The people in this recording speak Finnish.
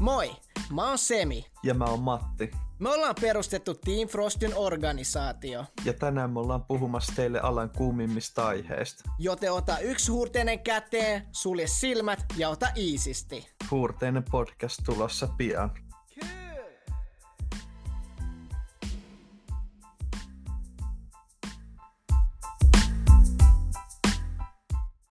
Moi, mä oon Semi. Ja mä oon Matti. Me ollaan perustettu Team Frostin organisaatio, Ja tänään me ollaan puhumassa teille alan kuumimmista aiheista. joten ota yksi huurteinen käteen, sulje silmät ja ota iisisti. Huurteinen podcast tulossa pian.